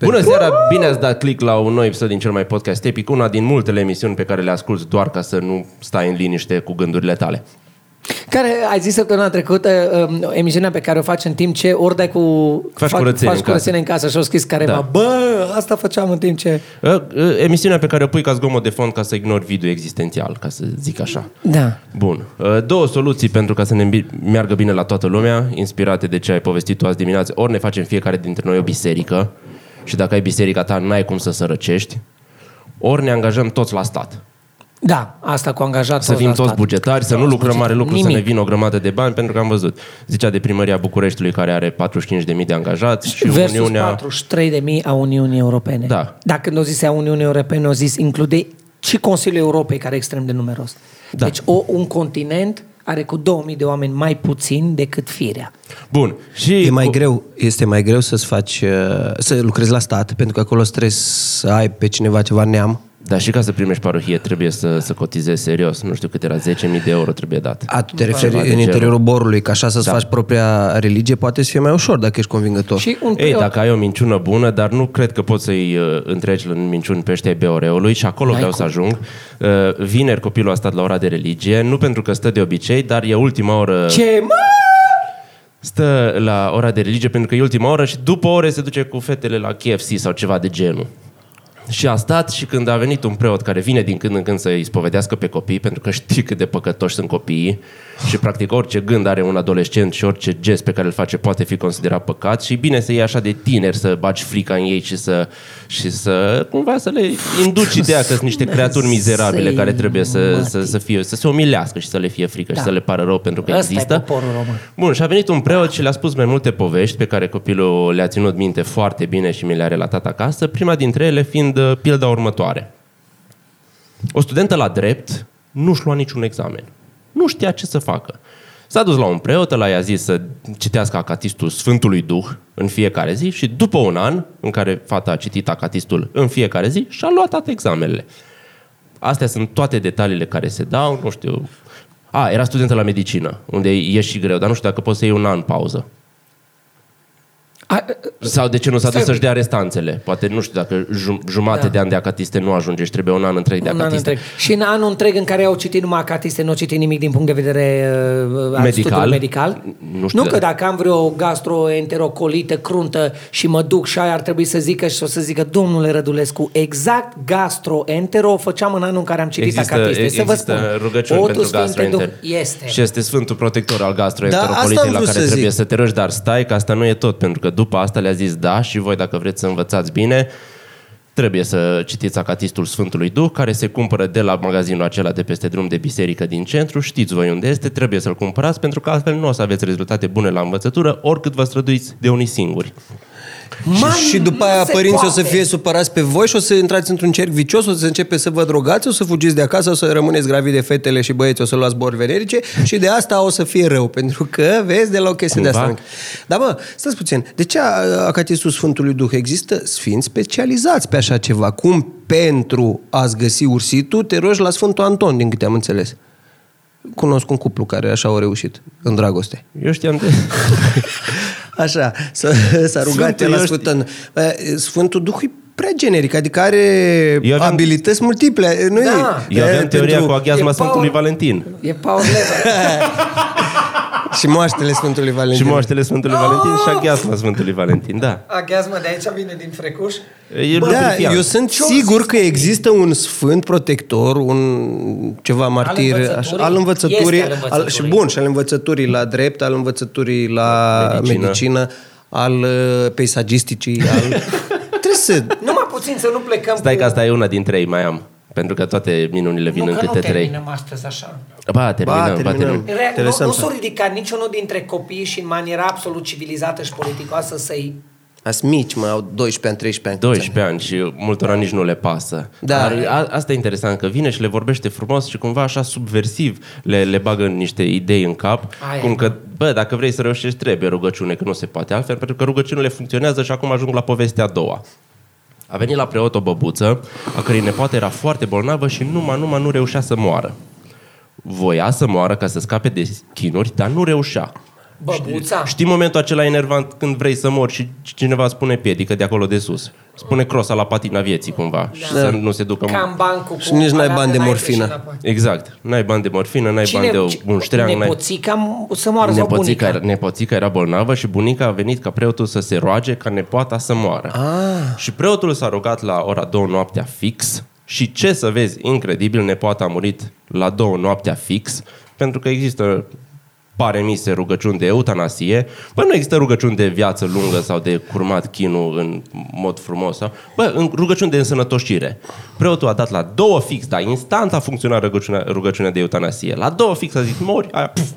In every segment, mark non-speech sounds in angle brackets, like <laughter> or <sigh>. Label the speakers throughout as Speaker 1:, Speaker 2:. Speaker 1: Bună seara, bine ați dat click la un nou episod din cel mai podcast epic, una din multele emisiuni pe care le asculți doar ca să nu stai în liniște cu gândurile tale.
Speaker 2: Care ai zis săptămâna trecută um, emisiunea pe care o faci în timp ce ori dai cu
Speaker 1: Faci curățenie
Speaker 2: faci
Speaker 1: în
Speaker 2: curățenie în casă și o scris careva.
Speaker 1: Da.
Speaker 2: Da. Bă, asta făceam în timp ce
Speaker 1: Ă, ă, Emisiunea pe care o pui ca zgomot de fond ca să ignori video existențial, ca să zic așa.
Speaker 2: Da.
Speaker 1: Bun. Ă, Două soluții pentru ca să ne îmbi- meargă bine la toată lumea, inspirate de ce ai povestit tu azi dimineață. Ori ne facem fiecare dintre noi o biserică și dacă ai biserica ta, n-ai cum să sărăcești. Ori ne angajăm toți la stat.
Speaker 2: Da, asta cu angajat.
Speaker 1: Să fim
Speaker 2: la
Speaker 1: toți
Speaker 2: stat.
Speaker 1: bugetari, să nu lucrăm mare lucru, să
Speaker 2: Nimic.
Speaker 1: ne vină o grămadă de bani, pentru că am văzut. Zicea de primăria Bucureștiului, care are 45.000 de angajați și
Speaker 2: Versus
Speaker 1: Uniunea...
Speaker 2: 43.000 a Uniunii Europene.
Speaker 1: Da.
Speaker 2: Dacă nu zise a Uniunii Europene, o zis include și Consiliul Europei, care e extrem de numeros.
Speaker 1: Da.
Speaker 2: Deci o, un continent are cu 2000 de oameni mai puțin decât firea.
Speaker 1: Bun. Și
Speaker 3: E mai greu, este mai greu să-ți faci, uh, să lucrezi la stat, pentru că acolo trebuie să ai pe cineva ceva neam.
Speaker 1: Dar și ca să primești parohie trebuie să, să cotizezi serios. Nu știu cât era, 10.000 de euro trebuie dat.
Speaker 3: A, tu te
Speaker 1: Ceva de
Speaker 3: referi în
Speaker 1: genul.
Speaker 3: interiorul borului, ca așa să-ți faci propria religie, poate să fie mai ușor dacă ești convingător.
Speaker 2: Și un
Speaker 1: Ei,
Speaker 2: preot-
Speaker 1: dacă ai o minciună bună, dar nu cred că poți să-i uh, întreci în minciuni pe ăștia ai beoreului și acolo vreau să ajung. Uh, vineri copilul a stat la ora de religie, nu pentru că stă de obicei, dar e ultima oră
Speaker 2: Ce, mă?
Speaker 1: Stă la ora de religie pentru că e ultima oră și după ore se duce cu fetele la KFC sau ceva de genul. Și a stat și când a venit un preot care vine din când în când să îi spovedească pe copii, pentru că știi cât de păcătoși sunt copiii și practic orice gând are un adolescent și orice gest pe care îl face poate fi considerat păcat și e bine să iei așa de tineri, să bagi frica în ei și să, și să cumva să le induci ideea că sunt niște creaturi mizerabile care trebuie să, să, să, fie, să se umilească și să le fie frică și
Speaker 2: Da.
Speaker 1: să le pară rău pentru că
Speaker 2: Ăsta e
Speaker 1: există.
Speaker 2: poporul român.
Speaker 1: Bun, și a venit un preot și le-a spus mai multe povești pe care copilul le-a ținut minte foarte bine și mi le-a relatat acasă, prima dintre ele fiind uh, pilda următoare. O studentă la drept nu-și lua niciun examen. Nu știa ce să facă. S-a dus la un preot, ăla i-a zis să citească acatistul Sfântului Duh în fiecare zi și după un an în care fata a citit acatistul în fiecare zi, și-a luat toate examenele. Astea sunt toate detaliile care se dau, nu știu. A, era studentă la medicină, unde e și greu, dar nu știu dacă poți să iei un an pauză.
Speaker 2: A,
Speaker 1: Sau de ce nu s-a dus
Speaker 2: Stai-
Speaker 1: să-și dea restanțele? Poate, nu știu, dacă jum- jumate da.
Speaker 2: Da.
Speaker 1: de ani de acatiste nu ajunge și trebuie un an întreg de
Speaker 2: un an
Speaker 1: acatiste.
Speaker 2: întreg. Și în anul întreg în care au citit numai acatiste, nu au citit nimic din punct de vedere uh, al
Speaker 1: Medical.
Speaker 2: studiului medical.
Speaker 1: Nu știu.
Speaker 2: nu că dacă am vreo gastroenterocolită cruntă și mă duc și aia ar trebui să zică și o să zică, domnule Rădulescu, exact gastroentero o făceam în anul în care am citit acatiste. Să vă spun.
Speaker 1: există rugăciuni
Speaker 2: O, tu
Speaker 1: pentru
Speaker 2: Sfinte
Speaker 1: gastroenter.
Speaker 2: Duh- Este.
Speaker 1: Și este Sfântul Protector al
Speaker 3: Da, asta
Speaker 1: gastroenterocolitei
Speaker 3: am
Speaker 1: la
Speaker 3: vrut
Speaker 1: care
Speaker 3: să
Speaker 1: trebuie
Speaker 3: zic.
Speaker 1: să te rogi, dar stai că asta nu e tot, pentru că după asta le-a zis da și voi dacă vreți să învățați bine, trebuie să citiți acatistul Sfântului Duh, care se cumpără de la magazinul acela de peste drum de biserică din centru, știți voi unde este, trebuie să-l cumpărați, pentru că altfel nu o să aveți rezultate bune la învățătură, oricât vă străduiți de unii singuri.
Speaker 2: Mai
Speaker 3: și, și după
Speaker 2: nu
Speaker 3: aia
Speaker 2: se
Speaker 3: părinții o să
Speaker 2: poate.
Speaker 3: fie supărați pe voi și o să intrați într-un cerc vicios, o să începe să vă drogați, o să fugiți de acasă, o să rămâneți gravid de fetele și băieți, o să luați boli venerice și de asta o să fie rău, pentru că vezi deloc chestia de
Speaker 1: Cumva.
Speaker 3: asta. Dar bă, stați puțin, de ce a- Acatistul Sfântului Duh există? Sfinți specializați pe așa ceva. Cum pentru a-ți găsi ursitul, te rogi la Sfântul Anton, din câte am înțeles. Cunosc un cuplu care așa au reușit în dragoste.
Speaker 1: Eu știam
Speaker 2: <laughs>
Speaker 1: de...
Speaker 3: Așa, s-a, <laughs> s-a rugat
Speaker 1: Sfântul,
Speaker 3: el la
Speaker 1: eu
Speaker 3: Sfântul. Sfântul Duh e prea generic, adică are
Speaker 1: Eu aveam-
Speaker 3: abilități multiple. Nu
Speaker 2: Da.
Speaker 3: e,
Speaker 1: Eu aveam
Speaker 3: e,
Speaker 1: teoria cu aghiazma
Speaker 2: e
Speaker 1: Sfântului
Speaker 2: Paul-
Speaker 1: Valentin.
Speaker 2: E power <laughs> level.
Speaker 3: Și moaștele Sfântului Valentin.
Speaker 1: Și moaștele Sfântului Valentin și aghiazma Sfântului Valentin, da.
Speaker 2: Aghiazma de aici vine din frecuș.
Speaker 1: Eu nu
Speaker 3: da,
Speaker 1: priceam.
Speaker 3: eu sunt sigur că există un sfânt protector, un ceva martir
Speaker 2: învățăturii?
Speaker 3: al învățăturii,
Speaker 2: Este al învățăturii.
Speaker 3: și bun, și al învățăturii la drept, al învățăturii la
Speaker 1: Medicină.
Speaker 3: medicină, al uh, peisagisticii,
Speaker 1: <laughs>
Speaker 3: al... Trebuie să
Speaker 2: Numai puțin să nu plecăm
Speaker 1: Stai
Speaker 2: cu-
Speaker 1: că asta e una din trei, mai am. Pentru că toate minunile vin
Speaker 2: nu,
Speaker 1: în
Speaker 2: că nu
Speaker 1: câte trei.
Speaker 2: terminăm astăzi așa.
Speaker 1: Ba, terminăm, ba, terminăm.
Speaker 3: terminăm.
Speaker 2: Re- nu,
Speaker 3: Interesant
Speaker 2: nu
Speaker 3: să-
Speaker 2: s-au ridicat niciunul dintre copii și în maniera absolut civilizată și politicoasă să-i...
Speaker 3: Ați mici, mă, au 12 ani, 13 ani.
Speaker 1: 12 ani și multora nici nu le pasă.
Speaker 3: Da.
Speaker 1: Dar a, asta e interesant, că vine și le vorbește frumos și cumva așa subversiv le, le bagă niște idei în cap,
Speaker 2: Aia.
Speaker 1: cum că, bă, dacă vrei să reușești, trebuie rugăciune, că nu se poate altfel, pentru că rugăciunile funcționează și acum ajung la povestea a doua. A venit la preot o băbuță, a cărei nepoată era foarte bolnavă și numai, numai nu reușea să moară. Voia să moară ca să scape de chinuri, dar nu reușea.
Speaker 2: Băbuța.
Speaker 1: Știi momentul acela enervant când vrei să mori și cineva spune piedică de acolo de sus. Spune crosa la patina vieții cumva și să nu se ducă...
Speaker 2: Da. Cam bancul cu
Speaker 3: Și nici n-ai
Speaker 2: alea
Speaker 3: bani de
Speaker 2: înainte
Speaker 3: morfină.
Speaker 2: și înapoi.
Speaker 1: Exact. N-ai bani de morfină, n-ai bani de un ștreang, n-ai...
Speaker 2: Nepoțica o să moară sau
Speaker 1: Nepoțica,
Speaker 2: bunica.
Speaker 1: era- nepoțica era bolnavă și bunica a venit ca preotul să se roage ca nepoata să moară. Ah. Și preotul s-a rugat la ora două noaptea fix și ce să vezi, incredibil, nepoata a murit la două noaptea fix pentru că există pare mi se rugăciuni de eutanasie, bă, nu există rugăciuni de viață lungă sau de curmat chinul în mod frumos, sau, bă, în rugăciuni de însănătoșire. Preotul a dat la două fix, dar instant a funcționat rugăciunea, rugăciunea de eutanasie. La două fix a zis, mori, aia, pf,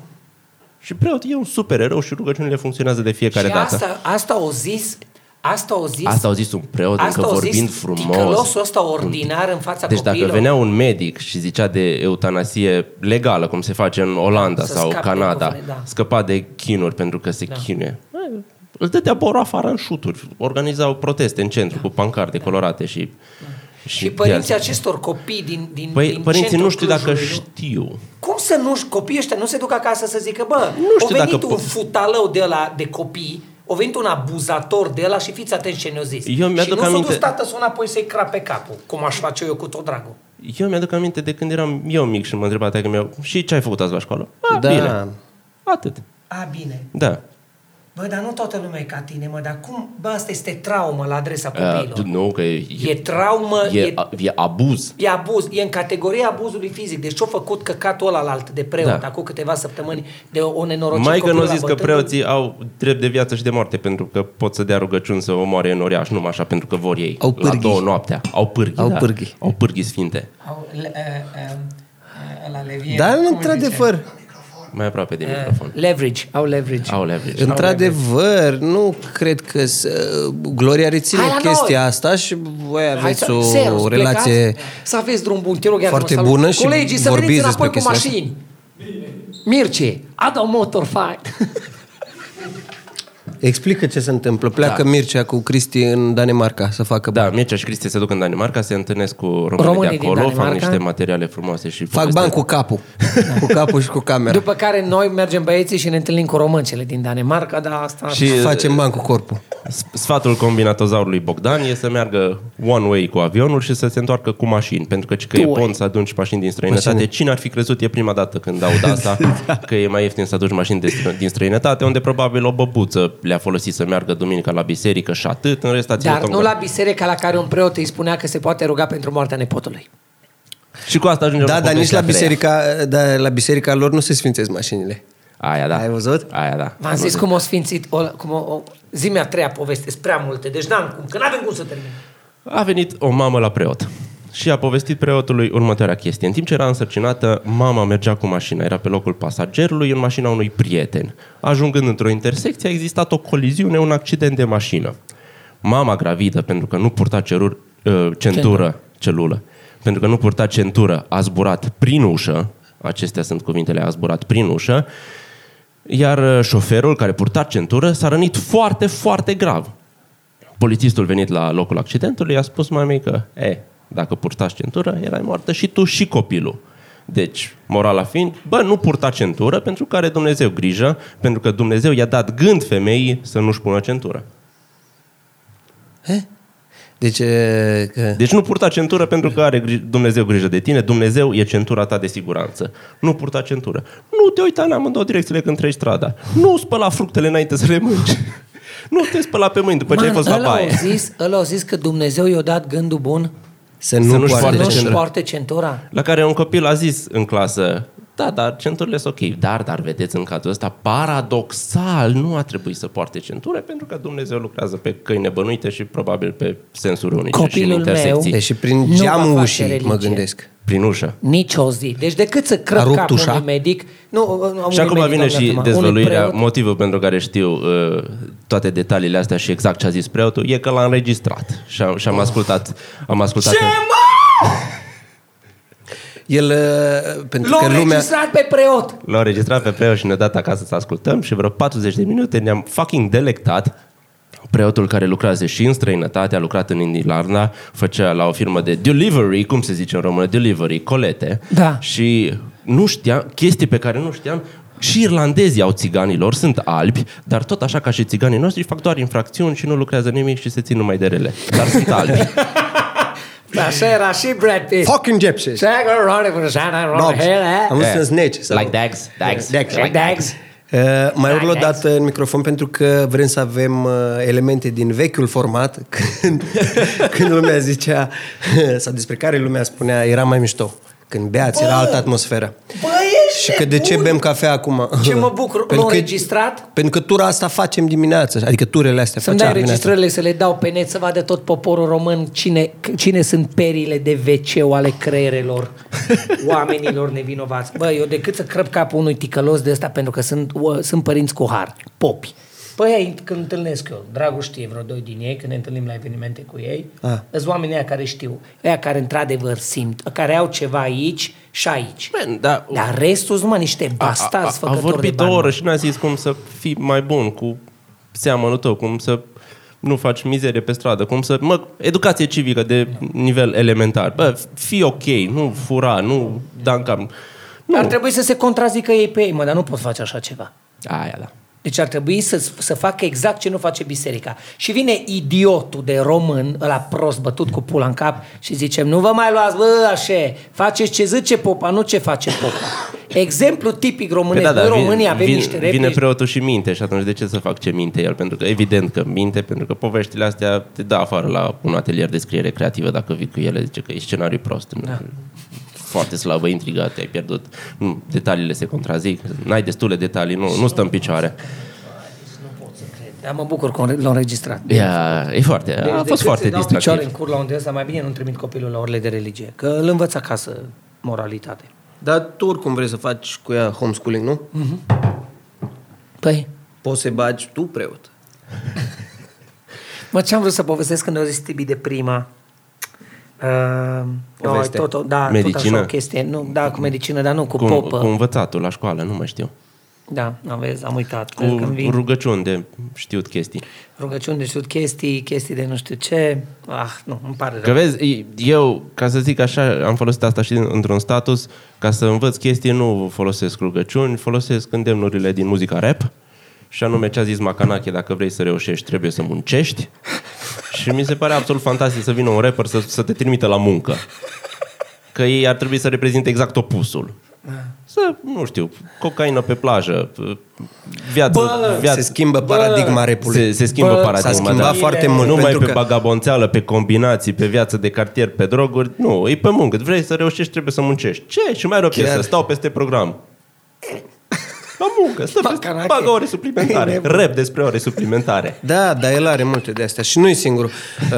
Speaker 1: și preot e un supererou și rugăciunile funcționează de fiecare
Speaker 2: Și
Speaker 1: dată.
Speaker 2: asta, asta o zis, asta o zis,
Speaker 1: Asta au zis un preot,
Speaker 2: asta
Speaker 1: încă
Speaker 2: o
Speaker 1: vorbind
Speaker 2: zis
Speaker 1: frumos.
Speaker 2: ticălosul ăsta ordinar în fața
Speaker 1: Deci dacă
Speaker 2: copiilor.
Speaker 1: venea un medic și zicea de eutanasie legală, cum se face în Olanda
Speaker 2: Să
Speaker 1: sau
Speaker 2: scape
Speaker 1: Canada,
Speaker 2: de cuvânt, da.
Speaker 1: scăpa de chinuri pentru că se da. chinuie. Îl dădea boro afară în șuturi. Organizau proteste în centru cu pancarde colorate și...
Speaker 2: Da. și părinții
Speaker 1: viață.
Speaker 2: acestor copii din, din,
Speaker 1: Păi,
Speaker 2: din
Speaker 1: părinții
Speaker 2: centrul
Speaker 1: nu știu dacă
Speaker 2: Clujului, nu?
Speaker 1: știu.
Speaker 2: Cum să nu copiii ăștia nu se duc acasă să zică, bă,
Speaker 1: Nu
Speaker 2: nu
Speaker 1: știu
Speaker 2: știu o venit
Speaker 1: dacă
Speaker 2: un
Speaker 1: po-
Speaker 2: futalău de la de copii, o venit un abuzator de la și fiți atenți ce ne-o zis.
Speaker 1: Eu mi-aduc
Speaker 2: și nu s-a
Speaker 1: aminte-
Speaker 2: dus tată să înapoi să-i crape capul, cum aș face eu cu tot dragul.
Speaker 1: Eu mi-aduc aminte de când eram eu mic și mă întreba că mi și ce ai făcut azi la școală? A,
Speaker 3: Da.
Speaker 1: Bine. Atât.
Speaker 2: A, bine.
Speaker 1: Da.
Speaker 2: Bă, dar nu toată lumea e ca tine, mă, dar cum? Bă, asta este traumă la adresa
Speaker 1: Uh,
Speaker 2: copiilor.
Speaker 1: tu- nu, că e,
Speaker 2: e traumă,
Speaker 1: e,
Speaker 2: e,
Speaker 1: a- e abuz.
Speaker 2: E abuz, e în categoria abuzului fizic. Deci ce-a făcut căcatul ăla la alt de preot
Speaker 1: Da.
Speaker 2: da. acum câteva săptămâni de o, o nenorocită
Speaker 1: Mai că
Speaker 2: copilul
Speaker 1: nu
Speaker 2: ăla
Speaker 1: zis că
Speaker 2: bătând-
Speaker 1: preoții au drept de viață și de moarte pentru că pot să dea rugăciuni să omoare în oraș, numai așa pentru că vor ei.
Speaker 3: Au
Speaker 1: La
Speaker 3: pârghii.
Speaker 1: două noaptea. Au pârghii,
Speaker 3: Au
Speaker 1: da.
Speaker 3: pârghii.
Speaker 1: Au pârghii sfinte.
Speaker 2: Au, le, uh, uh, la Levie,
Speaker 1: Da,
Speaker 3: Dar,
Speaker 2: cum îi
Speaker 3: într-adevăr,
Speaker 1: Mai aproape de
Speaker 2: zice?
Speaker 1: microfon.
Speaker 2: Leverage, au leverage.
Speaker 1: Au leverage.
Speaker 3: într-adevăr, nu cred că s- uh, Gloria reține
Speaker 2: Hai la noi!
Speaker 3: chestia asta și voi
Speaker 2: Hai
Speaker 3: aveți
Speaker 2: să-
Speaker 3: o
Speaker 2: serios,
Speaker 3: relație...
Speaker 2: plecați, Să aveți drum bun, te rog, iartă-mă,
Speaker 3: foarte
Speaker 2: salut.
Speaker 3: bună și
Speaker 2: Colegii, să
Speaker 3: vorbiți
Speaker 2: veniți
Speaker 3: despre
Speaker 2: înapoi cu
Speaker 3: chestia asta.
Speaker 2: mașini. Mirce, ada un motor fight.
Speaker 3: Explică ce se întâmplă. Pleacă da. Mircea cu Cristi în Danemarca să facă bani.
Speaker 1: Da, Mircea și Cristi se duc în Danemarca, se întâlnesc cu românii,
Speaker 2: Românii
Speaker 1: de
Speaker 2: din
Speaker 1: acolo, fac
Speaker 2: Danemarca.
Speaker 1: niște materiale frumoase și
Speaker 3: Fac
Speaker 1: povestesc.
Speaker 3: bani cu capul. cu capul și cu camera. Da. După
Speaker 2: După care noi mergem băieții și ne întâlnim cu româncele din Danemarca, dar asta...
Speaker 1: Și
Speaker 3: Facem bani cu corpul.
Speaker 1: S- Sfatul combinatozaurului Bogdan e să meargă one way cu avionul și să se întoarcă cu mașini, pentru că, că e pont să aduci mașini din străinătate.
Speaker 3: Mașini. Da.
Speaker 1: Cine ar fi crezut e prima dată când aud
Speaker 3: <laughs>
Speaker 1: asta, că e mai ieftin să aduci mașini de, stră- din străinătate, unde probabil o băbuță le-a folosit să meargă duminica la biserică și atât, în rest a ținut
Speaker 2: Dar
Speaker 1: în
Speaker 2: nu
Speaker 1: gol.
Speaker 2: la biserica la care un preot îi spunea că se poate ruga pentru moartea nepotului.
Speaker 1: Și cu asta ajungem
Speaker 3: Da, dar nici
Speaker 1: povestea
Speaker 3: la
Speaker 1: a treia.
Speaker 3: biserica, da, la biserica lor nu se sfințesc mașinile.
Speaker 1: Aia da.
Speaker 3: Ai văzut?
Speaker 1: Aia da.
Speaker 2: V-am zis cum o sfințit, o, cum o, o zi a treia poveste, sunt prea multe, deci n-am cum, că n-avem cum să termin.
Speaker 1: A venit o mamă la preot și a povestit preotului următoarea chestie. În timp ce era însărcinată, mama mergea cu mașina, era pe locul pasagerului, în mașina unui prieten. Ajungând într-o intersecție, a existat o coliziune, un accident de mașină. Mama gravidă, pentru că nu purta cerur, uh, centură, celulă, pentru că nu purta centură, a zburat prin ușă, acestea sunt cuvintele, a zburat prin ușă, iar uh, șoferul care purta centură s-a rănit foarte, foarte grav. Polițistul venit la locul accidentului a spus mamei că, e, dacă purtați centură, erai moartă și tu și copilul. Deci, morala fiind, bă, nu purta centură pentru că are Dumnezeu grijă, pentru că Dumnezeu i-a dat gând femeii să nu-și pună centură.
Speaker 3: Eh? Deci, e, că...
Speaker 1: Deci nu purta centură pentru că are gri- Dumnezeu grijă de tine, Dumnezeu e centura ta de siguranță. Nu purta centură. Nu te uita în amândouă direcțiile când treci strada. Nu spăla fructele înainte să le mânci. <laughs> Nu te spăla pe mâini după Păi ce ai fost la
Speaker 2: ăla
Speaker 1: baie.
Speaker 2: au zis, ăla au zis că Dumnezeu i-a dat gândul bun
Speaker 3: Să nu,
Speaker 1: nu-și
Speaker 3: nu
Speaker 1: poarte
Speaker 3: poarte
Speaker 2: să nu-și
Speaker 1: centura.
Speaker 3: centură.
Speaker 2: poarte centura.
Speaker 1: La care un copil a zis în clasă, da, dar centurile sunt ok, dar, dar vedeți în cazul ăsta, paradoxal, nu a trebuit să poarte centură pentru că Dumnezeu lucrează pe căi nebănuite și probabil pe sensuri unice și în
Speaker 2: Copilul meu-
Speaker 1: intersecții.
Speaker 3: Deci și
Speaker 2: Nu
Speaker 3: prin
Speaker 2: va
Speaker 3: geamul
Speaker 2: face
Speaker 3: ușii, mă
Speaker 2: religie.
Speaker 3: gândesc.
Speaker 1: Prin ușă.
Speaker 2: Nici o zi. Deci decât să
Speaker 3: A
Speaker 2: crăp
Speaker 3: rupt
Speaker 2: capul
Speaker 3: ușa?
Speaker 2: unui medic... Nu, a unui
Speaker 1: Și acum
Speaker 2: medic,
Speaker 1: vine
Speaker 2: doamne,
Speaker 1: și
Speaker 2: acum, unui
Speaker 1: dezvăluirea,
Speaker 2: preot.
Speaker 1: motivul pentru care știu uh, toate detaliile astea și exact ce a zis preotul, e că l-a înregistrat și am, și am ascultat. Am ascultat
Speaker 2: Ce
Speaker 1: în-
Speaker 3: El, e, pentru că
Speaker 2: L-au
Speaker 3: lumea...
Speaker 2: înregistrat pe preot!
Speaker 1: L-au înregistrat pe preot și ne-a dat acasă să ascultăm și vreo 40 de minute ne-am fucking delectat. Preotul care lucrează și în străinătate, a lucrat în Indilarna, făcea la o firmă de delivery, cum se zice în română, delivery, colete.
Speaker 2: Da.
Speaker 1: Și nu știam, chestii pe care nu știam, Și irlandezii au țiganilor, sunt albi, dar tot așa ca și țiganii noștri fac doar infracțiuni și nu lucrează nimic și se țin numai de rele. Dar sunt albi.
Speaker 3: <laughs>
Speaker 2: Așa era și Brad Pitt.
Speaker 3: Fucking gypsies! Knobs.
Speaker 2: eh?
Speaker 3: Am văzut să sneci. sau-
Speaker 1: Eh. Like dags, dags,
Speaker 3: Dags.
Speaker 1: like
Speaker 2: Dags.
Speaker 3: Uh, mai
Speaker 2: Da,
Speaker 3: urlă o
Speaker 2: da.
Speaker 3: dată în microfon pentru că vrem să avem uh, elemente din vechiul format <laughs> când, când lumea zicea <laughs> sau despre care lumea spunea era mai mișto. Când beați era altă atmosferă.
Speaker 2: Bă, ești
Speaker 3: Și că de ce
Speaker 2: nebun!
Speaker 3: bem cafea acum?
Speaker 2: Ce mă bucur,
Speaker 3: <laughs> Pentru
Speaker 2: l-au
Speaker 3: că-
Speaker 2: registrat?
Speaker 3: Pentru că tura asta facem dimineața, adică turele astea
Speaker 2: Să-mi
Speaker 3: facem
Speaker 2: dai
Speaker 3: dimineața.
Speaker 2: registrările, să le dau pe net, să vadă tot poporul român cine, cine sunt perile de wc ale
Speaker 1: <laughs>
Speaker 2: creierelor oamenilor nevinovați. Bă, eu decât să crăp capul unui ticălos de ăsta, pentru că sunt, o, sunt părinți cu har, popi. Păi ei, când întâlnesc eu, dragul știe vreo doi din ei, când ne întâlnim la evenimente cu ei,
Speaker 3: Ah.
Speaker 2: sunt oamenii aia care știu, aia care într-adevăr simt, care au ceva aici și aici.
Speaker 1: Man, da,
Speaker 2: Dar restul sunt numai niște bastarzi
Speaker 1: a, a, a
Speaker 2: făcători de
Speaker 1: vorbit
Speaker 2: bani.
Speaker 1: o oră și n-a zis cum să fii mai bun cu seamănul tău, cum să nu faci mizerie pe stradă, cum să... Mă, educație civică de nivel elementar. Bă, fii ok, nu fura, nu dan cam... Nu.
Speaker 2: Ar trebui să se contrazică ei pe ei, mă, dar nu pot face așa ceva.
Speaker 1: Aia, da.
Speaker 2: Deci ar trebui să, să facă exact ce nu face biserica. Și vine idiotul de român, ăla prost bătut cu pula în cap și zicem, nu vă mai luați, bă, așa, faceți ce zice popa, nu ce face popa. Exemplu tipic românesc. Păi da, da, Noi românii avem
Speaker 1: vin-
Speaker 2: niște
Speaker 1: Vine
Speaker 2: replici.
Speaker 1: preotul și minte și atunci de ce să fac ce minte el? Pentru că evident că minte, pentru că poveștile astea te dă afară la un atelier de scriere creativă dacă vii cu ele, zice că e scenariu prost. Da. Foarte slabă intriga, te-ai pierdut. Nu, Detaliile se contrazic, n-ai destule detalii, nu, nu stă în picioare.
Speaker 2: Dar mă bucur că l-au înregistrat.
Speaker 1: Ia, e foarte, Da, a
Speaker 2: decât
Speaker 1: fost foarte
Speaker 2: să-i dau picioare
Speaker 1: distractiv.
Speaker 2: în cur la unde ăsta, mai bine nu trimit copilul la orele de religie, că îl învăț acasă moralitate.
Speaker 3: Dar tu oricum vrei să faci cu ea homeschooling, nu?
Speaker 2: Mm. Păi,
Speaker 3: Poți să bagi tu preot.
Speaker 2: Mă, ce-am vrut să povestesc când au zis Tibi de prima? Uh, oh,
Speaker 3: Poveste.
Speaker 2: tot, o- da, tot
Speaker 1: Medicină?
Speaker 2: așa o chestie. Nu, da, cu medicină, dar nu, cu
Speaker 1: Cu,
Speaker 2: popă.
Speaker 1: cu învățatul la școală, nu mai știu.
Speaker 2: Da, am vezi, am uitat. Cu,
Speaker 1: Cu
Speaker 2: când vin
Speaker 1: rugăciuni de știut chestii.
Speaker 2: rugăciuni de știut chestii, chestii de nu știu ce. Ah, nu, îmi pare
Speaker 1: Că
Speaker 2: rău.
Speaker 1: vezi, eu, ca să zic așa, am folosit asta și într-un status, ca să învăț chestii, nu folosesc rugăciuni, folosesc îndemnurile din muzica rap, și anume ce a zis Macanache, dacă vrei să reușești, trebuie să muncești. Și mi se pare absolut fantastic să vină un rapper să, să te trimită la muncă. Că ei ar trebui să reprezinte exact opusul. Să, nu știu, cocaină pe plajă, viață,
Speaker 2: Bă,
Speaker 1: viață
Speaker 3: Se schimbă paradigma repului.
Speaker 1: se, se schimbă
Speaker 2: Bă,
Speaker 1: paradigma.
Speaker 3: s-a schimbat foarte mult,
Speaker 1: Nu mai
Speaker 3: pentru
Speaker 1: pe
Speaker 3: că-
Speaker 1: bagabonțeală, pe combinații, pe viață de cartier, pe droguri. Nu, e pe muncă. Vrei să reușești, trebuie să muncești. Ce? Și mai rău
Speaker 3: Chiar.
Speaker 1: să stau peste program. La muncă, stă peste,
Speaker 2: Macanache.
Speaker 1: bagă ore suplimentare. Rep despre ore suplimentare.
Speaker 3: Da, dar el are multe de astea și nu e singurul. Uh,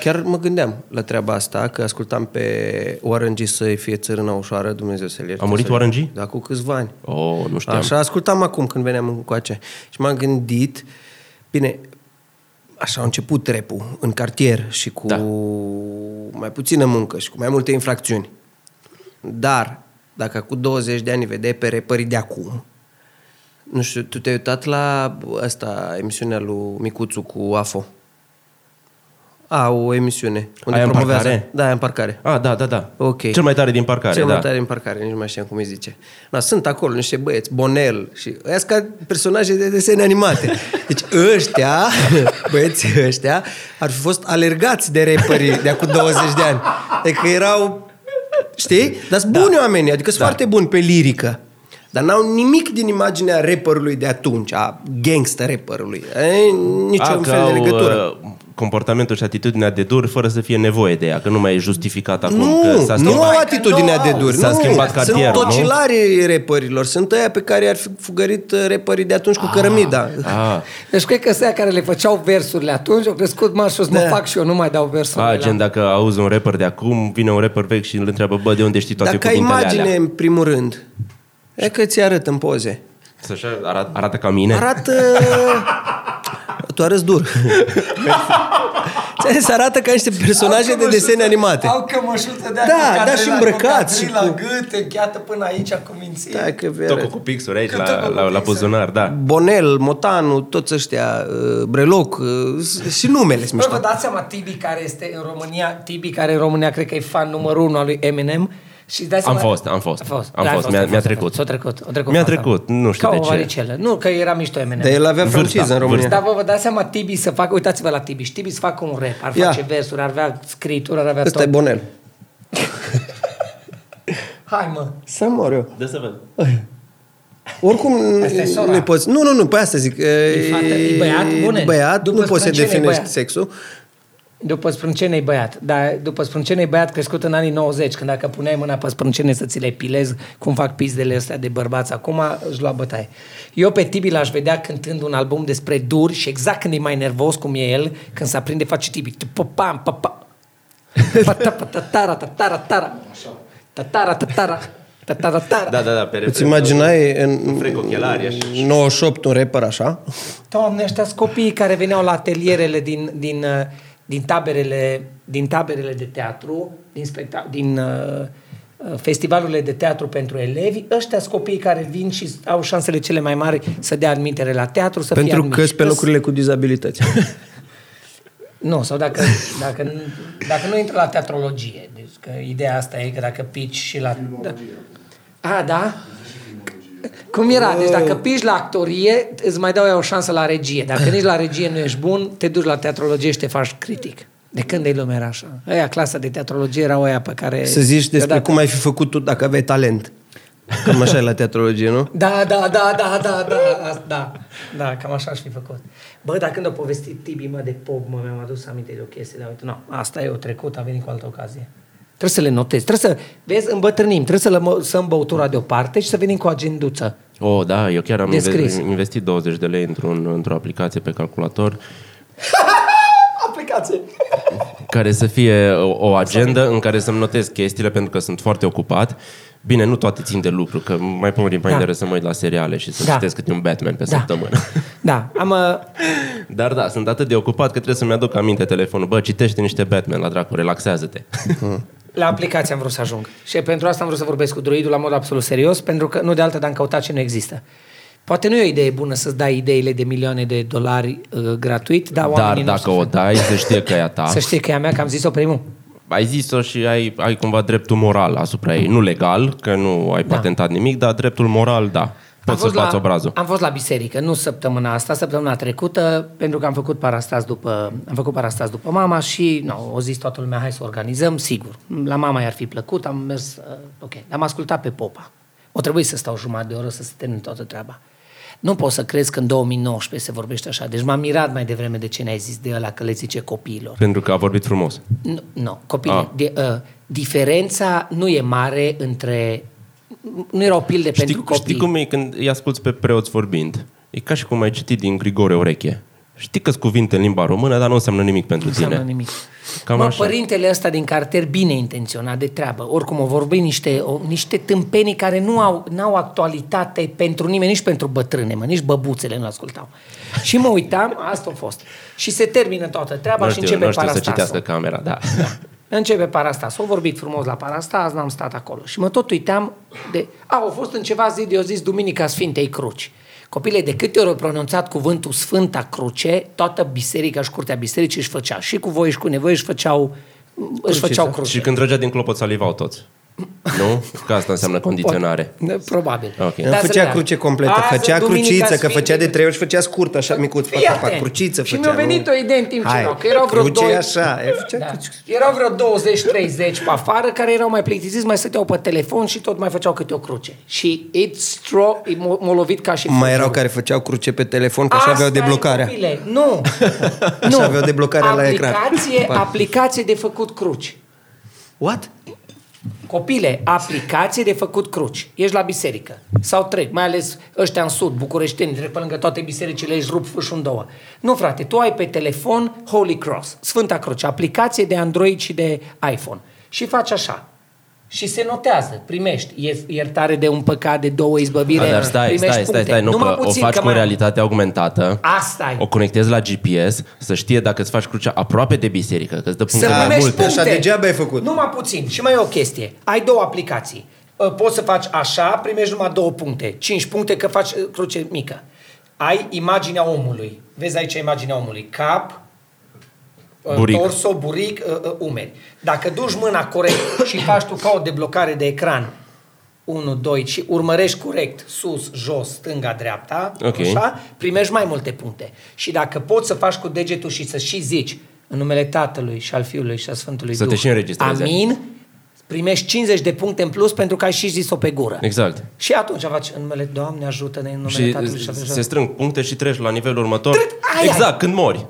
Speaker 3: chiar mă gândeam la treaba asta, că ascultam pe Orange să-i fie țărâna ușoară, Dumnezeu să-l ierte.
Speaker 1: A murit
Speaker 3: să-l-
Speaker 1: Orange?
Speaker 3: Da, cu câțiva ani.
Speaker 1: Oh, nu știam.
Speaker 3: Așa ascultam acum când veneam încoace și m-am gândit, bine, așa a început repul în cartier și cu
Speaker 1: Da.
Speaker 3: mai puțină muncă și cu mai multe infracțiuni. Dar, dacă cu 20 de ani îi vedeai pe repării de acum, nu știu, tu te-ai uitat la asta, emisiunea lui Micuțu cu AFO? A, o emisiune. Unde
Speaker 1: Aia în
Speaker 3: promovează.
Speaker 1: parcare?
Speaker 3: Da, aia în parcare.
Speaker 1: Ah, da, da, da.
Speaker 3: Ok.
Speaker 1: Cel mai tare din parcare,
Speaker 3: Cel
Speaker 1: da.
Speaker 3: mai tare în parcare, nici nu mai știam cum îi zice. Da, sunt acolo niște băieți, Bonel și ăia sunt ca personaje de desene animate. Deci
Speaker 1: <laughs>
Speaker 3: ăștia, băieții ăștia, ar fi fost alergați de rapperii de acum 20 de ani. Adică erau, știi? Dar sunt
Speaker 1: Da.
Speaker 3: buni oamenii, adică sunt foarte buni pe lirică. Dar n-au nimic din imaginea rapperului de atunci, a gangster rapperului. Ei, niciun
Speaker 1: Ah, că
Speaker 3: fel de
Speaker 1: au,
Speaker 3: legătură.
Speaker 1: uh, comportamentul și atitudinea de dur fără să fie nevoie de ea, că nu mai e justificat acum că
Speaker 3: Nu,
Speaker 1: s-a
Speaker 3: nu
Speaker 1: schimbat.
Speaker 3: au atitudinea
Speaker 2: Nu
Speaker 3: de
Speaker 2: au.
Speaker 3: dur.
Speaker 1: S-a
Speaker 3: nu.
Speaker 1: schimbat cartierul, nu?
Speaker 3: Sunt tocilarii repărilor. Sunt aia pe care ar fi fugărit uh, repării de atunci cu cărămida.
Speaker 1: Ah,
Speaker 2: Deci cred că ăia care le făceau versurile atunci au crescut mai sus,
Speaker 3: Da.
Speaker 2: mă fac și eu, nu mai dau versurile.
Speaker 3: Ah,
Speaker 1: A,
Speaker 2: la-
Speaker 1: gen dacă auzi un rapper de acum, vine un rapper vechi și îl întreabă, bă, de unde știi toate
Speaker 3: Dar ca
Speaker 1: cuvintele
Speaker 3: imagine,
Speaker 1: alea?
Speaker 3: în primul rând, e că ți arăt în poze.
Speaker 1: Să așa arată, arată ca mine?
Speaker 3: Arată...
Speaker 1: <laughs>
Speaker 3: tu arăți dur. Ți-a zis, arată ca niște personaje
Speaker 2: Au
Speaker 3: de
Speaker 2: cămășuță-
Speaker 3: desene animate.
Speaker 2: Au cămășuță de
Speaker 3: Da, da, și îmbrăcați și
Speaker 2: Cu... cadril la
Speaker 3: cu-
Speaker 2: gât, încheiată până aici cu minții.
Speaker 3: Da, că vei
Speaker 1: Tocul
Speaker 3: arăt.
Speaker 1: cu pixuri aici,
Speaker 2: Că
Speaker 1: la,
Speaker 2: tocul cu
Speaker 1: la, la
Speaker 2: pixuri.
Speaker 1: buzunar, da.
Speaker 3: Bonel, Motanu, toți ăștia, uh, Breloc, uh, s- și numele sunt
Speaker 2: Bă, vă
Speaker 3: mișto.
Speaker 2: dați seama, Tibi care este în România, Tibi care în România cred că e fan numărul unu al lui Eminem, Și îți dai
Speaker 1: Am
Speaker 2: seama-
Speaker 1: fost, am fost.
Speaker 2: A fost.
Speaker 1: Am
Speaker 2: Da, ai
Speaker 1: fost, mi-a-
Speaker 2: ai
Speaker 1: mi-a
Speaker 2: fost, ai
Speaker 1: trecut.
Speaker 2: fost. S-a trecut. a trecut
Speaker 1: Mi-a
Speaker 2: faza.
Speaker 1: trecut, nu știu
Speaker 2: Ca
Speaker 1: de
Speaker 2: o
Speaker 1: ce.
Speaker 2: varicelă. Nu, că era mișto M&M.
Speaker 3: Dar el avea
Speaker 1: Vârsta,
Speaker 3: franciză în România.
Speaker 1: vârsta.
Speaker 2: Dar vă, vă dați seama, Tibi să facă, uitați-vă la Tibi, Tibi să facă un rap, ar
Speaker 3: Ia.
Speaker 2: face versuri, ar avea scriituri, ar avea
Speaker 3: Ăsta e
Speaker 2: tot.
Speaker 3: Bonel.
Speaker 2: Hai mă,
Speaker 3: Să mor eu.
Speaker 1: Da să văd.
Speaker 3: Oricum,
Speaker 2: Asta e sora.
Speaker 3: nu poți... Nu, nu, nu, pe asta zic. E,
Speaker 2: fată, e băiat, bune.
Speaker 3: Băiat,
Speaker 2: După
Speaker 3: nu poți să
Speaker 2: sprâncene e
Speaker 3: definești
Speaker 2: băiat.
Speaker 3: sexul.
Speaker 2: după sprâncene e băiat, dar după sprâncene e băiat crescut în anii 90, când dacă puneai mâna pe sprâncene să ți le pilezi, cum fac pizdele astea de bărbați acum, își lua bătaie. Eu pe Tibi l-aș vedea cântând un album despre dur și exact când e mai nervos cum e el, când se aprinde, face Tibi. Pam, pa, pa. Pata, pata, tara, tatara, tara. Tatara, tatara. Tatara, tara.
Speaker 1: Da, da, da, pe
Speaker 3: Îți
Speaker 1: repede.
Speaker 3: imaginai în
Speaker 1: frec ochelarii, așa.
Speaker 3: 98 un rapper așa?
Speaker 2: Doamne, ăștia sunt copiii care veneau la atelierele din, din, uh, din, taberele, din taberele de teatru, din, specta- din uh, uh, festivalurile de teatru pentru elevi. Ăștia sunt copiii care vin și au șansele cele mai mari să dea admitere la teatru, să fie
Speaker 3: Pentru că
Speaker 2: admiși.
Speaker 3: sunt pe locurile cu dizabilități.
Speaker 2: Nu, sau dacă, dacă, dacă nu intră la teatrologie. Deci că ideea asta e că dacă pici și la... Da. A, da? Cum era? Deci
Speaker 3: Oh.
Speaker 2: dacă pici la actorie, îți mai dau eu o șansă la regie. Dacă nici la regie nu ești bun, te duci la teatrologie și te faci critic. De când e lumea era așa? Aia, clasa de teatrologie erau aia pe care...
Speaker 3: <laughs> Să zici despre
Speaker 2: Da,
Speaker 3: cum ai fi făcut tu dacă aveai talent. Cam așa e la teatrologie, nu?
Speaker 2: da, da, da, da, da, da, da, da, cam așa aș fi făcut. Bă, dar când a povestit Tibi, mă, de pop, mă, mi-am adus aminte de o chestie, dar uite, nu, asta e o trecut, a venit cu altă ocazie. Trebuie să le notezi, trebuie să, vezi, îmbătrânim, trebuie să lăsăm băutura deoparte și să venim cu agenduță.
Speaker 1: Oh, da, eu chiar am
Speaker 2: Descris.
Speaker 1: inve- investit 20 de lei într-un, într-o aplicație pe calculator
Speaker 2: Aplicație!
Speaker 1: care să fie o, o agendă în care să-mi notez chestiile pentru că sunt foarte ocupat. Bine, nu toate țin de lucru, că mai pun din
Speaker 2: Da.
Speaker 1: mai da. să mă uit la seriale și să
Speaker 2: Da.
Speaker 1: da. citesc câte un Batman pe
Speaker 2: Da.
Speaker 1: da. săptămână.
Speaker 2: Da, am, uh,
Speaker 1: Dar da, sunt atât de ocupat că trebuie să-mi aduc aminte telefonul. Bă, citește niște Batman la dracu, relaxează-te.
Speaker 2: La aplicație am vrut să ajung. Și pentru asta am vrut să vorbesc cu druidul la mod absolut serios, pentru că nu de altă, dar am căutat ce nu există. Poate nu e o idee bună să-ți dai ideile de milioane de dolari uh, gratuit, dar
Speaker 1: Dar
Speaker 2: oamenii nu
Speaker 1: dacă o dai, să știe că e a ta.
Speaker 2: Să știi că e a mea, că am zis-o primul.
Speaker 1: ai zis-o și ai, ai cumva dreptul moral asupra ei. Nu legal, că nu ai patentat nimic, dar dreptul moral, da.
Speaker 2: Da. Am
Speaker 1: Poți
Speaker 2: fost
Speaker 1: să-ți
Speaker 2: la-
Speaker 1: bați obrazul.
Speaker 2: Am fost la biserică, nu săptămâna asta, săptămâna trecută, pentru că am făcut parastaz după, am făcut parastaz după mama și nu, o zis toată lumea, hai să organizăm, sigur. La mama i-ar fi plăcut, am mers, uh, ok, l-am ascultat pe popa. O trebuie să stau jumătate de oră să se termine toată treaba. Nu pot să crezi că în 2019 se vorbește așa. Deci m-am mirat mai devreme de ce ne-ai zis de ăla că le zice copiilor.
Speaker 1: Pentru că a vorbit frumos.
Speaker 2: Nu, nu copile,
Speaker 1: Ah.
Speaker 2: de, uh, diferența nu e mare între... Nu erau pilde pentru
Speaker 1: Știi,
Speaker 2: copii.
Speaker 1: știi cum e când îi asculți pe preoți vorbind? E ca și cum ai citit din Grigore Oreche. Știi că-s cuvinte în limba română, dar nu înseamnă nimic pentru
Speaker 2: Nu
Speaker 1: tine.
Speaker 2: înseamnă nimic.
Speaker 1: Cam
Speaker 2: mă,
Speaker 1: așa.
Speaker 2: părintele ăsta din cartier, bine intenționat de treabă. Oricum, o vorbi niște, o, niște tâmpenii care nu au n-au actualitate pentru nimeni, nici pentru bătrâne, mă, nici băbuțele nu ascultau. Și mă uitam, asta a fost. Și se termină toată treaba
Speaker 1: Nu
Speaker 2: și
Speaker 1: știu,
Speaker 2: începe
Speaker 1: nu știu să
Speaker 2: parastasul.
Speaker 1: citească camera, da.
Speaker 2: Începe parastas. O vorbit frumos la parastas, n-am stat acolo. Și mă tot uitam de... A, au fost în ceva zi de o zis Duminica Sfintei Cruci. Copile, de câte ori au pronunțat cuvântul Sfânta Cruce, toată biserica și curtea bisericii își făcea. Și cu voi și cu nevoie își făceau, își făceau cruce.
Speaker 1: și când trăgea din clopot salivau toți. Nu? Că asta
Speaker 2: Păi,
Speaker 1: înseamnă condiționare.
Speaker 2: Poate. Da, Probabil.
Speaker 1: Ok.
Speaker 2: Dar
Speaker 3: Dar
Speaker 2: să
Speaker 3: făcea
Speaker 2: vedea.
Speaker 3: cruce completă,
Speaker 2: Azi,
Speaker 3: făcea
Speaker 2: Duminica
Speaker 3: cruciță, că
Speaker 2: Sfintei
Speaker 3: făcea de trei ori și făcea scurtă, așa micuț,
Speaker 2: Fii
Speaker 3: fac,
Speaker 2: atent.
Speaker 3: fac, cruciță
Speaker 2: Și
Speaker 3: făcea.
Speaker 2: mi-a venit
Speaker 3: nu?
Speaker 2: o idee în timp ce
Speaker 3: Hai,
Speaker 2: erau, că erau vreo
Speaker 3: cruce
Speaker 2: doi-
Speaker 3: e așa, e, făcea
Speaker 2: Da.
Speaker 3: cruce.
Speaker 2: Erau vreo 20-30 pe afară care erau mai plictisiți, mai stăteau pe telefon și tot mai făceau câte o cruce. Și it's true, m- m-a lovit ca și
Speaker 3: Mai
Speaker 2: fulgerul.
Speaker 3: erau care făceau cruce pe telefon, că așa
Speaker 2: Asta
Speaker 3: aveau
Speaker 2: e,
Speaker 3: deblocarea.
Speaker 2: copile, Nu.
Speaker 3: <laughs> Așa aveau deblocarea la ecran.
Speaker 2: Aplicație,
Speaker 3: Pardon.
Speaker 2: aplicație de făcut cruci.
Speaker 3: What?
Speaker 2: Copile, aplicație de făcut cruci. Ești la biserică. Sau trec, mai ales ăștia în sud, bucureșteni, trec pe lângă toate bisericile, își rup fâșul în două. Nu, frate, tu ai pe telefon Holy Cross, Sfânta Cruce, aplicație de Android și de iPhone. Și faci așa. Și se notează, primești ies- iertare de un păcat, de două izbăvire,
Speaker 1: Da, dar stai,
Speaker 2: primești
Speaker 1: stai, stai,
Speaker 2: puncte.
Speaker 1: stai, nu,
Speaker 2: Numai
Speaker 1: că o
Speaker 2: puțin,
Speaker 1: faci
Speaker 2: că
Speaker 1: cu
Speaker 2: mai am-
Speaker 1: realitate augmentată.
Speaker 2: Asta e.
Speaker 1: O conectezi la GPS să știe dacă îți faci crucea aproape de biserică, că îți dă puncte
Speaker 2: Să
Speaker 1: mai
Speaker 2: primești
Speaker 1: multe.
Speaker 2: puncte.
Speaker 3: Da, Așa, degeaba ai făcut.
Speaker 2: Numai puțin. Și mai e o chestie. Ai două aplicații. Uh, Poți să faci așa, primești numai două puncte. Cinci puncte că faci uh, cruce mică. Ai imaginea omului. Vezi aici imaginea omului. Cap,
Speaker 1: Buric.
Speaker 2: ă, torso, buric, uh, uh, umeri. Dacă duci mâna corect și faci tu ca o deblocare de ecran, 1, 2 și urmărești corect sus, jos, stânga, dreapta,
Speaker 1: Ok.
Speaker 2: așa, primești mai multe puncte. Și dacă poți să faci cu degetul și să și zici în numele Tatălui și al Fiului și al Sfântului
Speaker 1: Să te
Speaker 2: Duh,
Speaker 1: și înregistreze.
Speaker 2: Amin, primești 50 de puncte în plus pentru că ai și zis-o pe gură.
Speaker 1: Exact.
Speaker 2: Și atunci faci în numele Doamne ajută-ne, în numele
Speaker 1: Și uh,
Speaker 2: Tatălui și al Fiului. și
Speaker 1: se
Speaker 2: al-
Speaker 1: strâng puncte și treci la nivelul următor.
Speaker 2: Trec- ai, ai.
Speaker 1: Exact, când mori.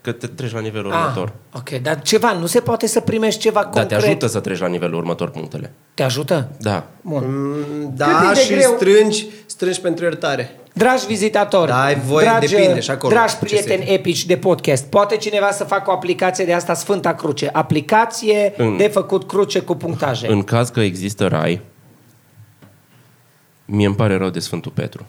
Speaker 1: Că te treci la nivelul următor.
Speaker 2: Ah, ok, dar ceva, nu se poate să primești ceva
Speaker 1: Da,
Speaker 2: concret.
Speaker 1: te ajută să treci la nivelul următor punctele.
Speaker 2: Te ajută?
Speaker 1: Da.
Speaker 2: Bun.
Speaker 3: Da,
Speaker 2: Cât e de
Speaker 3: și
Speaker 2: greu?
Speaker 3: strângi, strângi pentru iertare.
Speaker 2: Dragi vizitatori,
Speaker 3: Da, ai voie,
Speaker 2: dragi,
Speaker 3: depinde și acolo
Speaker 2: dragi
Speaker 3: ce
Speaker 2: prieteni
Speaker 3: se-
Speaker 2: epici de podcast, poate cineva să facă o aplicație de asta Sfânta Cruce. Aplicație
Speaker 1: În-
Speaker 2: de făcut cruce cu punctaje.
Speaker 1: În caz că există rai, mie îmi pare rău de Sfântul Petru.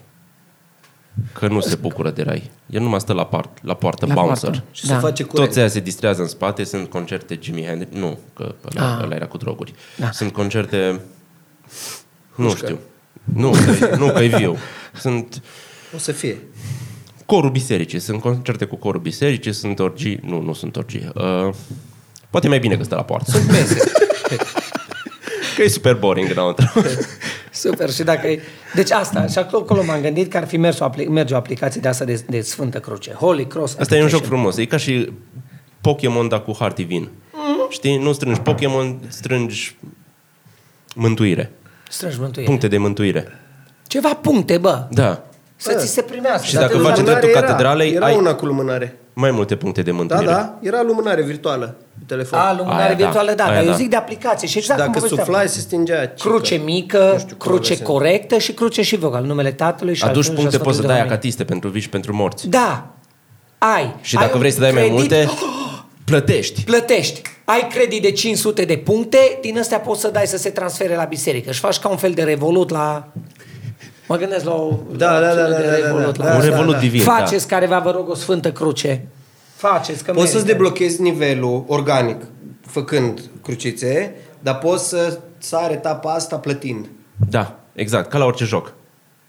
Speaker 1: Că nu se bucură de rai. El numai stă la, part, la poartă, la bouncer.
Speaker 2: poartă.
Speaker 3: Și da. se face corect.
Speaker 1: Toți aia se distrează în spate, sunt concerte Jimmy Hendrix, nu, că ăla,
Speaker 2: Ah.
Speaker 1: ăla era cu droguri.
Speaker 2: Da.
Speaker 1: Sunt concerte, nu știu, nu, că, nu că e viu. Sunt
Speaker 3: O să fie.
Speaker 1: corul bisericii, sunt concerte cu corul bisericii, sunt orgii, nu, nu sunt orgii. Uh, poate mai bine că stă la poartă. Sunt mese. că e super boring înăuntru.
Speaker 2: <laughs> Super, și dacă e... Deci asta, și acolo, acolo m-am gândit că ar fi mers o, apli- merge o aplicație de asta de, de Sfântă Cruce. Holy Cross.
Speaker 1: Asta e un joc
Speaker 2: Application.
Speaker 1: frumos. E ca și Pokémon, dar cu hartii vin.
Speaker 2: Mm.
Speaker 1: Știi? Nu strângi Pokémon, strângi mântuire.
Speaker 2: Strângi mântuire.
Speaker 1: Puncte de mântuire.
Speaker 2: Ceva puncte, bă.
Speaker 1: Da.
Speaker 2: Să ți se primească.
Speaker 1: Și
Speaker 2: Dar
Speaker 1: dacă
Speaker 2: te duci
Speaker 1: faci
Speaker 2: la-
Speaker 1: dreptul
Speaker 3: Lumânare era.
Speaker 1: catedralei,
Speaker 3: Era
Speaker 1: ai-
Speaker 3: una cu lumânare.
Speaker 1: Mai multe puncte de
Speaker 3: Da,
Speaker 1: mântuire.
Speaker 3: da, era lumânare virtuală pe telefon.
Speaker 2: A, lumânare
Speaker 1: Aia da.
Speaker 2: virtuală, da,
Speaker 1: Aia
Speaker 2: dar eu
Speaker 1: da.
Speaker 2: zic de aplicație. Și exact cum
Speaker 3: Dacă
Speaker 2: povesteam.
Speaker 3: suflai, se stingea. cică.
Speaker 2: Cruce mică,
Speaker 3: știu cum
Speaker 2: cruce
Speaker 3: găsesc.
Speaker 2: corectă și cruce și vocal. Numele tatălui și al
Speaker 1: Aduci
Speaker 2: Fiului și
Speaker 1: puncte,
Speaker 2: al
Speaker 1: poți să
Speaker 2: Sfântului
Speaker 1: dai
Speaker 2: Duh.
Speaker 1: acatiste pentru viși, pentru morți.
Speaker 2: Da, ai.
Speaker 1: Și
Speaker 2: Ai
Speaker 1: dacă
Speaker 2: un
Speaker 1: vrei să dai mai
Speaker 2: credit,
Speaker 1: multe, plătești.
Speaker 2: <gasps> Plătești. Ai credit de 500 de puncte, din astea poți să dai să se transfere la biserică. Și faci ca un fel de revolut la... Mă gândesc la o
Speaker 3: Da,
Speaker 2: la o
Speaker 3: da, da,
Speaker 2: acțiune
Speaker 3: da,
Speaker 2: de
Speaker 3: da, da,
Speaker 2: revolut
Speaker 3: da.
Speaker 2: la
Speaker 3: Un
Speaker 2: asta.
Speaker 1: revolut divin, da.
Speaker 2: Faceți careva, vă rog, o sfântă cruce. Faceți, că
Speaker 3: Poți să-ți
Speaker 2: merită.
Speaker 3: deblochezi nivelul organic făcând crucițe, dar poți să sare etapa asta plătind.
Speaker 1: Da, exact. Ca la orice joc.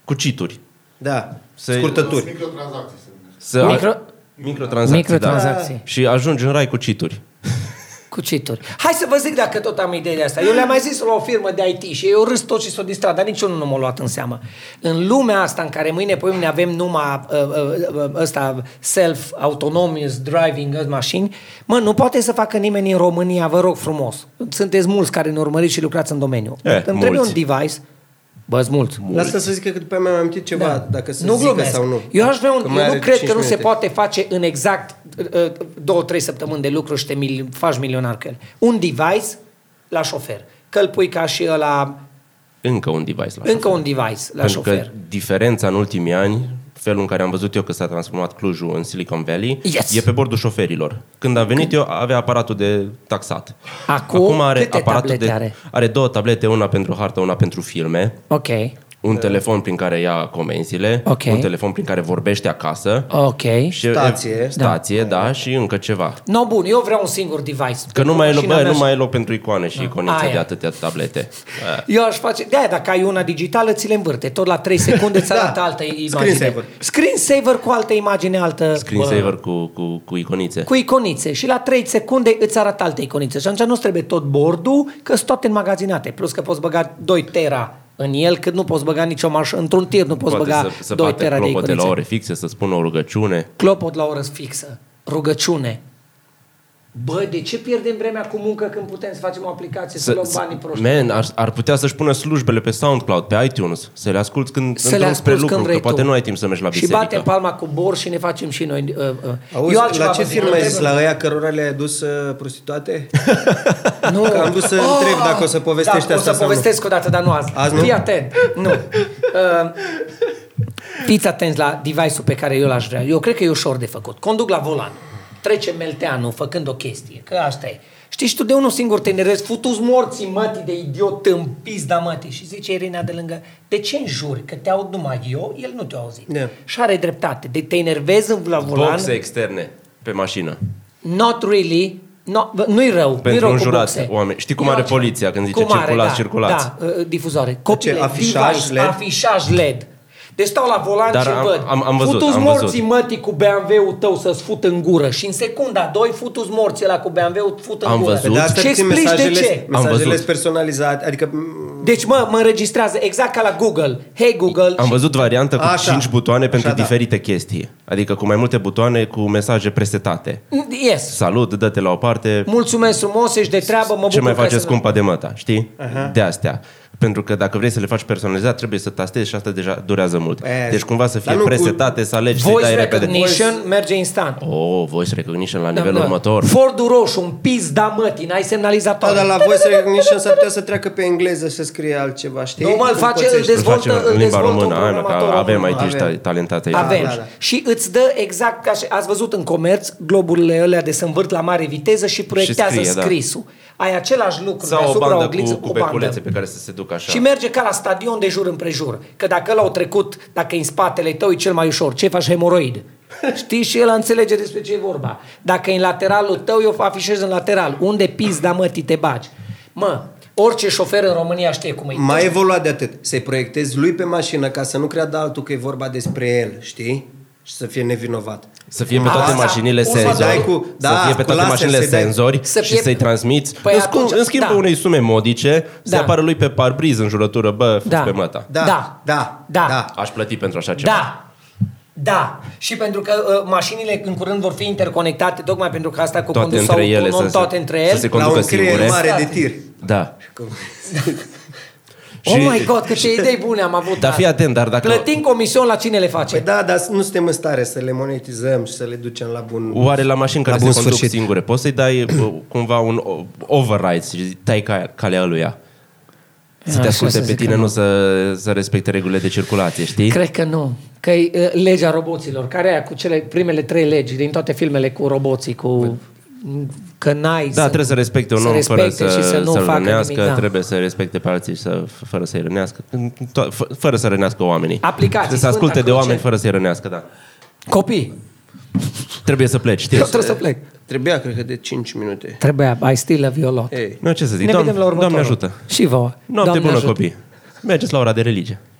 Speaker 1: Cu cituri.
Speaker 3: Da,
Speaker 1: Se-
Speaker 4: Sunt
Speaker 3: scurtături.
Speaker 4: microtransacții. se numește.
Speaker 1: Să
Speaker 2: Micro-
Speaker 1: Microtransacții,
Speaker 2: Microtransacții.
Speaker 1: Da. Și ajungi în rai cu cituri.
Speaker 2: Cu cituri. Hai să vă zic dacă tot am ideile astea. Eu le-am mai zis la o firmă de IT și eu râs tot și s-o distrat, dar niciunul nu m-a luat în seamă. În lumea asta în care mâine pe mâine avem numai uh, uh, uh, ăsta self-autonomous driving uh, mașini, mă, nu poate să facă nimeni în România, vă rog frumos. Sunteți mulți care ne urmăriți și lucrați în domeniu.
Speaker 1: Eh,
Speaker 2: Îmi trebuie
Speaker 1: mulți.
Speaker 2: un device, bă, mulți.
Speaker 3: Lasă să zic că după aia mi-am amintit ceva, Da, dacă să
Speaker 2: Da. nu
Speaker 3: zică
Speaker 2: glumesc.
Speaker 3: sau nu.
Speaker 2: Eu aș vrea un,
Speaker 3: Că
Speaker 2: eu
Speaker 3: mai
Speaker 2: nu
Speaker 3: are
Speaker 2: cred că
Speaker 3: 5
Speaker 2: nu se
Speaker 3: minute.
Speaker 2: poate face în exact uh, uh, două, trei săptămâni de lucru și te mil- faci milionar cu el. Un device la șofer. Că îl pui ca și ăla,
Speaker 1: Încă un device la
Speaker 2: încă un device la
Speaker 1: Pentru
Speaker 2: șofer.
Speaker 1: că diferența în ultimii ani, felul în care am văzut eu că s-a transformat Clujul în Silicon Valley,
Speaker 2: Yes.
Speaker 1: e pe bordul șoferilor. Când am venit eu, avea aparatul de taxat.
Speaker 2: Acum, câte tablete
Speaker 1: de,
Speaker 2: are?
Speaker 1: Are două tablete, una pentru hartă, una pentru filme,
Speaker 2: Ok,
Speaker 1: un telefon prin care ia comenzile,
Speaker 2: Uh. Ok.
Speaker 1: un telefon prin care vorbește acasă,
Speaker 2: ok.
Speaker 1: și,
Speaker 3: Stație.
Speaker 1: stație da. da, și încă ceva.
Speaker 2: No, bun, eu vreau un singur device.
Speaker 1: Că nu mai, e loc,
Speaker 2: Mașina
Speaker 1: bă,
Speaker 2: mea
Speaker 1: nu
Speaker 2: și- Da.
Speaker 1: mai e loc pentru icoane și iconițe
Speaker 2: Aia.
Speaker 1: de atâtea
Speaker 2: <laughs>
Speaker 1: tablete.
Speaker 2: Eu aș face... de dacă ai una digitală, ți le învârte. Tot la 3 secunde
Speaker 3: <laughs>
Speaker 2: ți
Speaker 3: Da.
Speaker 2: arată altă imagine.
Speaker 3: Screensaver.
Speaker 2: Screensaver cu altă imagine, altă... Bă.
Speaker 1: Screensaver cu, cu, cu iconițe.
Speaker 2: cu iconițe și la 3 secunde îți arată alte iconițe. Și atunci nu trebuie tot bordul, că sunt toate înmagazinate. Plus că poți băga 2 tera în el, cât nu poți băga nicio mașină. Într-un tir nu poți
Speaker 1: Poate
Speaker 2: băga
Speaker 1: să, să
Speaker 2: 2
Speaker 1: bată
Speaker 2: tera de
Speaker 1: clopote
Speaker 2: iconițe.
Speaker 1: la ore fixe, să spună o rugăciune.
Speaker 2: Clopot la oră fixă. Rugăciune. Bă, de ce pierdem vremea cu muncă când putem să facem o aplicație, să, să luăm banii proști?
Speaker 1: Man, ar, ar putea să-și pună slujbele pe SoundCloud, pe iTunes, să le asculti când
Speaker 2: Să le
Speaker 1: într-un spre
Speaker 2: asculti
Speaker 1: lucru,
Speaker 2: când
Speaker 1: că
Speaker 2: vrei
Speaker 1: poate
Speaker 2: tu.
Speaker 1: nu ai timp să mergi la
Speaker 2: și
Speaker 1: biserică.
Speaker 2: batem palma cu bor și ne facem și noi... Uh, uh.
Speaker 3: Auzi,
Speaker 2: altceva
Speaker 3: la ce
Speaker 2: vă zic,
Speaker 3: firmă
Speaker 2: nu
Speaker 3: ai
Speaker 2: trebuie-
Speaker 3: zis? La ăia cărora le-ai dus uh, prostituate?
Speaker 2: Nu.
Speaker 3: Că am vrut să întreb dacă o să povestești
Speaker 2: Oh! da,
Speaker 3: asta
Speaker 2: o să
Speaker 3: sau nu.
Speaker 2: povestesc o dată, dar nu azi.
Speaker 3: Azi nu?
Speaker 2: Fii atent. Nu. Uh, fiți atenți la device-ul pe care eu l-aș vrea. Eu cred că e ușor de făcut. Conduc la volan. Trece melteanul făcând o chestie. Că asta e. Știi, și tu de unul singur te nerezi, futus morții mătii de idiot tâmpis da mătii. Și zice Irina de lângă, de ce înjuri? Că te aud numai eu, el nu te-a auzit.
Speaker 3: Da.
Speaker 2: Și are dreptate. De te enervezi la volan.
Speaker 1: Boxe externe pe mașină.
Speaker 2: Not really. No, bă, nu-i rău. nu-i
Speaker 1: Pentru
Speaker 2: rău
Speaker 1: înjurat,
Speaker 2: cu boxe.
Speaker 1: oameni. Știi cum are
Speaker 2: altceva.
Speaker 1: poliția când zice,
Speaker 2: Cum are,
Speaker 1: "Circulați,
Speaker 2: da,
Speaker 1: circulați"?
Speaker 2: Da, uh, difuzoare. Copile,
Speaker 3: afișaj
Speaker 2: device,
Speaker 3: LED?
Speaker 2: afișaj LED. Deci stau la volan
Speaker 1: Dar
Speaker 2: și
Speaker 1: am-
Speaker 2: văd.
Speaker 1: am- am văzut,
Speaker 2: futu-ți
Speaker 1: am
Speaker 2: morții,
Speaker 1: văzut.
Speaker 2: mătii, cu BMW-ul tău să-ți fut în gură. Și în secunda 2, futu-ți morții ăla cu BMW-ul, fut în
Speaker 1: Am
Speaker 2: gură.
Speaker 1: văzut.
Speaker 2: Și explici de ce.
Speaker 1: Am
Speaker 3: mesajele
Speaker 1: văzut.
Speaker 3: personalizate, adică
Speaker 2: Deci, mă, mă înregistrează exact ca la Google. Hey Google,
Speaker 1: Am văzut variantă cu
Speaker 3: Așa.
Speaker 1: 5 butoane pentru
Speaker 3: Așa, da.
Speaker 1: diferite chestii. Adică cu mai multe butoane cu mesaje presetate.
Speaker 2: yes.
Speaker 1: Salut, dă-te la o parte,
Speaker 2: Mulțumesc frumos, ești de treabă, mă
Speaker 1: ce
Speaker 2: bucur
Speaker 1: mai
Speaker 2: că
Speaker 1: faceți
Speaker 2: să-
Speaker 1: cumpa de măta, știi? De astea. Pentru că dacă vrei să le faci personalizat, trebuie să tastezi și asta deja durează mult.
Speaker 3: E,
Speaker 1: deci cumva să fie
Speaker 3: dar nu cu-
Speaker 1: presetate, să alegi, să
Speaker 2: Voice
Speaker 1: dai repede.
Speaker 2: recognition merge instant.
Speaker 1: Oh, voice recognition la
Speaker 2: Da,
Speaker 1: nivelul
Speaker 2: da.
Speaker 1: următor.
Speaker 2: Fordul roșu, un pizda mătin, ai
Speaker 3: da,
Speaker 2: semnalizatoare.
Speaker 3: dar la voice recognition s-ar putea să treacă pe engleză să scrie altceva, știi?
Speaker 2: Nu, mă, îl
Speaker 3: Cum
Speaker 2: face,
Speaker 3: pățești.
Speaker 2: îl dezvoltă.
Speaker 1: Îl facem în limba
Speaker 2: dezvoltă un
Speaker 1: română, hai, mă, că
Speaker 2: programator
Speaker 1: avem
Speaker 2: român,
Speaker 1: aici
Speaker 3: avem.
Speaker 1: talentate.
Speaker 2: Avem.
Speaker 3: Da, da, da.
Speaker 2: Și îți dă exact ca și ați văzut în comerț, globurile alea de se învârt la mare viteză și proiectează
Speaker 1: scrie, da.
Speaker 2: scrisul. Ai același lucru
Speaker 1: Sau o
Speaker 2: deasupra
Speaker 1: bandă
Speaker 2: oglinză
Speaker 1: cu, cu beculețe pe care să se ducă așa.
Speaker 2: Și merge ca la stadion de jur împrejur. Că dacă l-au trecut, dacă e în spatele tău, e cel mai ușor. Ce faci
Speaker 3: <laughs>
Speaker 2: hemoroid? Știi? Și el înțelege despre ce e vorba. Dacă e în lateralul tău, eu afișez în lateral. Unde pizda, mă, ti te bagi? Mă, orice șofer în România știe cum e.
Speaker 3: Mai evoluat de atât. Să-i proiectezi lui pe mașină ca să nu creadă altul că e vorba despre el, știi? Și să fie nevinovat.
Speaker 1: Să fie pe toate
Speaker 3: Asta.
Speaker 1: mașinile
Speaker 3: O să
Speaker 1: senzori,
Speaker 3: dai cu-
Speaker 1: să
Speaker 3: da,
Speaker 1: fie pe toate
Speaker 3: cu laser
Speaker 1: mașinile
Speaker 3: să-i dai.
Speaker 1: senzori
Speaker 2: Să
Speaker 1: și
Speaker 2: fie-
Speaker 1: să-i transmiți.
Speaker 2: Păi
Speaker 1: în, scum-
Speaker 2: atunci-
Speaker 1: în schimb,
Speaker 2: da.
Speaker 1: pe unei sume modice, să
Speaker 2: Da.
Speaker 1: apară lui pe parbriz în jurătură, bă, fuți
Speaker 2: Da.
Speaker 1: pe măta.
Speaker 3: Da,
Speaker 2: Da.
Speaker 3: da,
Speaker 2: Da.
Speaker 1: Aș plăti pentru așa ceva.
Speaker 2: Da. Da. Și pentru că uh, mașinile în curând vor fi interconectate, tocmai pentru că asta cu
Speaker 1: Toate
Speaker 2: condus
Speaker 1: între ele
Speaker 2: autonom,
Speaker 1: să se-
Speaker 2: toate între
Speaker 1: să
Speaker 2: ele.
Speaker 1: se
Speaker 3: La
Speaker 1: Conducă
Speaker 3: un creier
Speaker 1: singure.
Speaker 3: mare de
Speaker 2: State.
Speaker 3: tir.
Speaker 1: Da.
Speaker 2: Oh
Speaker 1: Și-
Speaker 2: my god, câte idei bune am avut.
Speaker 1: Dar fii
Speaker 2: azi.
Speaker 1: atent, dar dacă-
Speaker 2: Plătim comision la cine le face.
Speaker 3: Păi da, dar nu suntem în stare să le monetizăm și să le ducem la bun...
Speaker 1: Oare la mașini care
Speaker 3: La
Speaker 1: se
Speaker 3: bun
Speaker 1: conduc
Speaker 3: sfârșit.
Speaker 1: singure, poți să-i dai bă, cumva un o- override și tai ca, calea lui ea? Să te
Speaker 2: Așa
Speaker 1: asculte
Speaker 2: să
Speaker 1: pe
Speaker 2: zic
Speaker 1: tine,
Speaker 2: că nu.
Speaker 1: nu să, să respecte regulile de circulație, știi?
Speaker 2: Cred că nu. Că e uh, legea roboților, care e aia cu cele primele trei legi din toate filmele cu roboții, cu că n-ai
Speaker 1: Păi- Da, trebuie să respecte un
Speaker 2: să
Speaker 1: om fără
Speaker 2: respecte
Speaker 1: să,
Speaker 2: și să nu
Speaker 1: să-l
Speaker 2: facă
Speaker 1: rănească,
Speaker 2: nimic, da.
Speaker 1: trebuie să respecte pe alții și să, fără să-i rănească, to- fă- fără să rănească oamenii.
Speaker 2: Aplicații,
Speaker 1: Trebuie să
Speaker 2: Sfânta
Speaker 1: asculte de
Speaker 2: Cruce.
Speaker 1: oameni fără să-i rănească, da.
Speaker 2: Copii,
Speaker 1: Trebuie să pleci, știi?
Speaker 2: eu trebuie să plec.
Speaker 3: Trebuia, cred că, de 5 minute.
Speaker 2: Trebuia, I still love you a lot.
Speaker 3: Ei.
Speaker 1: Nu, ce să zic,
Speaker 2: ne
Speaker 1: Doamne,
Speaker 2: vedem la următorul.
Speaker 1: Doamne ajută.
Speaker 2: Și vouă.
Speaker 1: Noapte
Speaker 2: Doamne
Speaker 1: bună,
Speaker 2: ajută.
Speaker 1: copii. Mergeți la ora de religie.